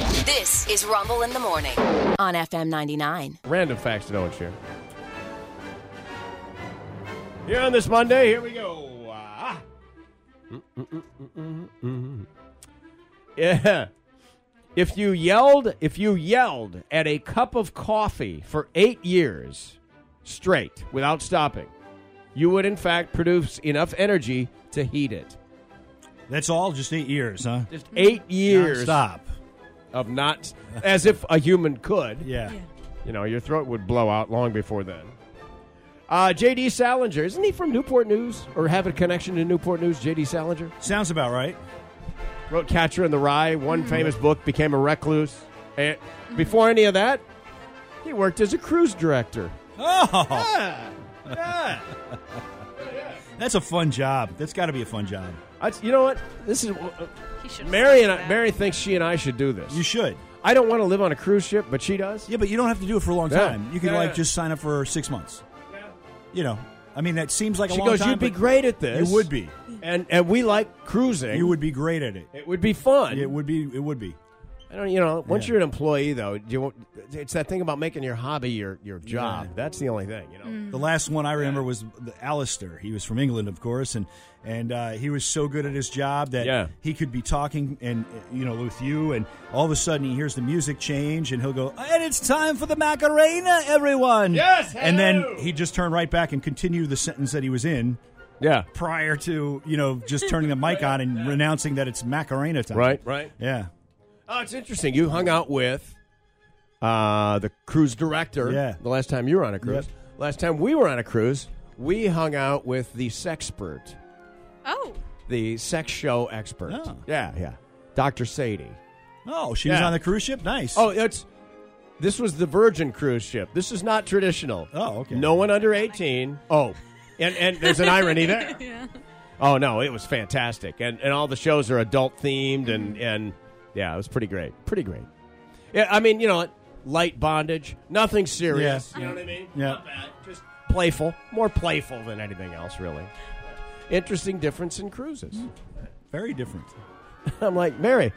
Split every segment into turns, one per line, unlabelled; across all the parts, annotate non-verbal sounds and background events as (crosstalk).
This is Rumble in the Morning on FM 99.
Random facts to no one share. Here on this Monday, here we go. Ah. (laughs) Yeah. If you yelled, if you yelled at a cup of coffee for eight years straight without stopping, you would in fact produce enough energy to heat it.
That's all just eight years, huh?
Just eight years
Stop.
of not, as if a human could.
Yeah.
You know, your throat would blow out long before then. Uh, J.D. Salinger, isn't he from Newport News or have a connection to Newport News? J.D. Salinger
Sounds about right.
wrote Catcher in the Rye, one
Hmm.
famous book, became a recluse. And before any of that, he worked as a cruise director.
Oh,
Yeah. Yeah.
(laughs) that's a fun job. That's got to be a fun job.
I, you know what? This is uh,
He should've
Mary and
said
I,
that.
Mary thinks she and I should do this.
You should.
I don't want to live on a cruise ship, but she does.
Yeah, but you don't have to do it for a long
Yeah.
time. You could
Yeah,
like
yeah.
just sign up for six months. You know, I mean, that seems like a
She
long
goes,
time,
"You'd be
but
great at this.
You would be.
And and we like cruising.
You would be great at it.
It would be fun.
It would be. It would be.
I don't. You know, once
Yeah.
you're an employee, though, do you, want- it's that thing about making your hobby your your job.
Yeah.
That's the only thing. You know.
The last one I remember was the Alistair. He was from England, of course, and and uh, he was so good at his job that
Yeah.
he could be talking and uh, you know with you, and all of a sudden he hears the music change, and he'll go, "And it's time for the Macarena, everyone!"
Yes,
and then
hello!
he just turn right back and continue the sentence that he was in
Yeah.
prior to you know just turning the mic on
(laughs)
and announcing that it's Macarena time.
Right. Right.
Yeah.
Oh, it's interesting. You hung out with uh, the cruise director.
Yeah.
The last time you were on a cruise.
Yep.
Last time we were on a cruise, we hung out with the sexpert,
Oh,
the sex show expert.
Oh.
Yeah. Yeah. Dr. Sadie.
Oh, she was
Yeah.
on the cruise ship. Nice.
Oh, it's this was the Virgin cruise ship. This is not traditional.
Oh, okay.
No one under eighteen. Oh, and and there's an irony there. Oh no, it was fantastic, and and all the shows are adult themed, and and yeah, it was pretty great, pretty great. Yeah, I mean, you know, light bondage, nothing serious.
Yeah.
You know what I mean?
Yeah.
Not bad, just playful, more playful than anything else, really. Interesting difference in cruises.
very different.
I'm like, Mary,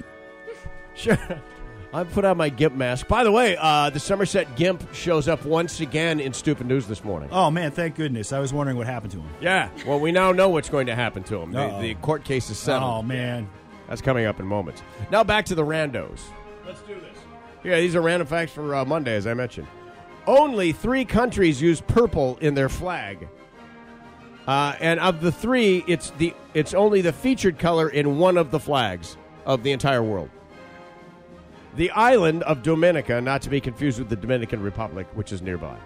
sure. I put on my GIMP mask. By the way, uh, the Somerset GIMP shows up once again in Stupid News this morning.
Oh man, thank goodness. I was wondering what happened to him.
Yeah. Well, we now know what's going to happen to him. The,
Uh-oh.
the court case is settled.
Oh man.
That's coming up in moments. Now back to the randos. Let's do this. Yeah, these are random facts for uh, Monday, as I mentioned. Only three countries use purple in their flag. Uh, and of the three, it's the it's only the featured color in one of the flags of the entire world. The island of Dominica, not to be confused with the Dominican Republic, which is nearby.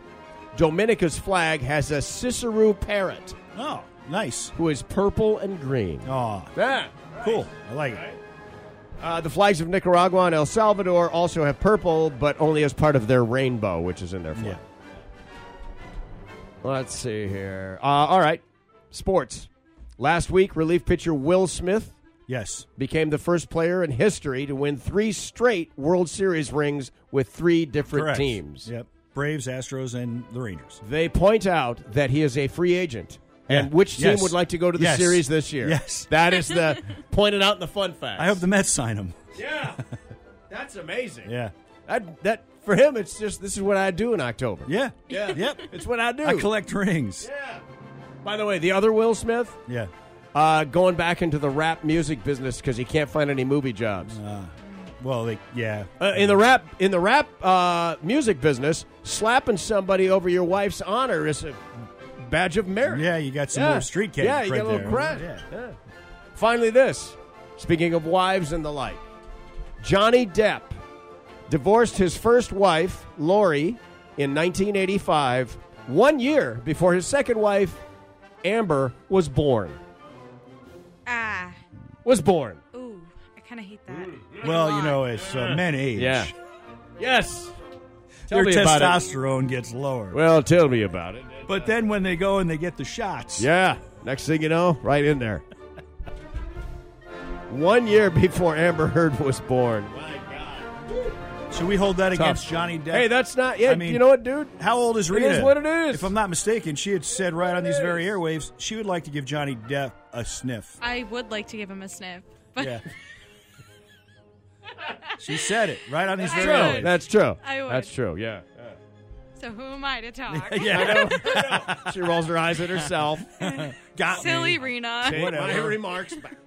Dominica's flag has a Cicero parrot
Oh, nice.
who is purple and green.
Oh,
Yeah.
cool. I like it.
Uh, the flags of Nicaragua and El Salvador also have purple, but only as part of their rainbow, which is in their flag.
Yeah.
Let's see here. Uh, all right, sports. Last week, relief pitcher Will Smith
Yes.
became the first player in history to win three straight World Series rings with three different
Correct.
teams.
Yep. Braves, Astros, and the Rangers.
They point out that he is a free agent. And
Yeah.
which team
Yes.
would like to go to the
Yes.
series this year?
Yes.
That is
(laughs)
the pointed out in the fun fact.
I hope the Mets sign him.
Yeah. That's amazing.
(laughs) Yeah.
That that for him, it's just this is what I do in October.
Yeah.
Yeah.
Yep.
(laughs) It's what I do.
I collect rings.
yeah. By the way, the other Will Smith,
Yeah.
uh, going back into the rap music business because he can't find any movie jobs.
Well, they, Uh, yeah.
Uh, in the rap in the rap uh, music business, slapping somebody over your wife's honor is a badge of merit.
Yeah, you got some
Yeah.
more street cred.
Yeah, you
right
got a little
there.
cred.
Yeah.
Yeah. Finally, this. Speaking of wives and the like, Johnny Depp divorced his first wife, Lori, in 1985, one year before his second wife, Amber, was born.
ah,
Was born.
ooh, I kind of hate that.
Well, you know, as uh, men age,
Yeah. Yes. Tell
their
me about it.
testosterone gets lower.
Well, tell me about it.
but then when they go and they get the shots,
Yeah. Next thing you know, right in there. One year before Amber Heard was born.
should we hold that
Tough.
against Johnny Depp?
Hey, that's not. Yeah,
I mean-
you know what, dude?
How old is
It
Rita?
is what it is.
If I'm not mistaken, she had said right on
It
these very
is.
airwaves she would like to give Johnny Depp a sniff.
I would like to give him a sniff, but
Yeah. She said it right on his
That's
very
true.
own.
That's true.
I would.
That's true. Yeah. yeah.
So who am I to talk?
yeah, I know.
She rolls her eyes at herself.
Got me.
Silly Rena.
Take my
Whatever.
remarks back.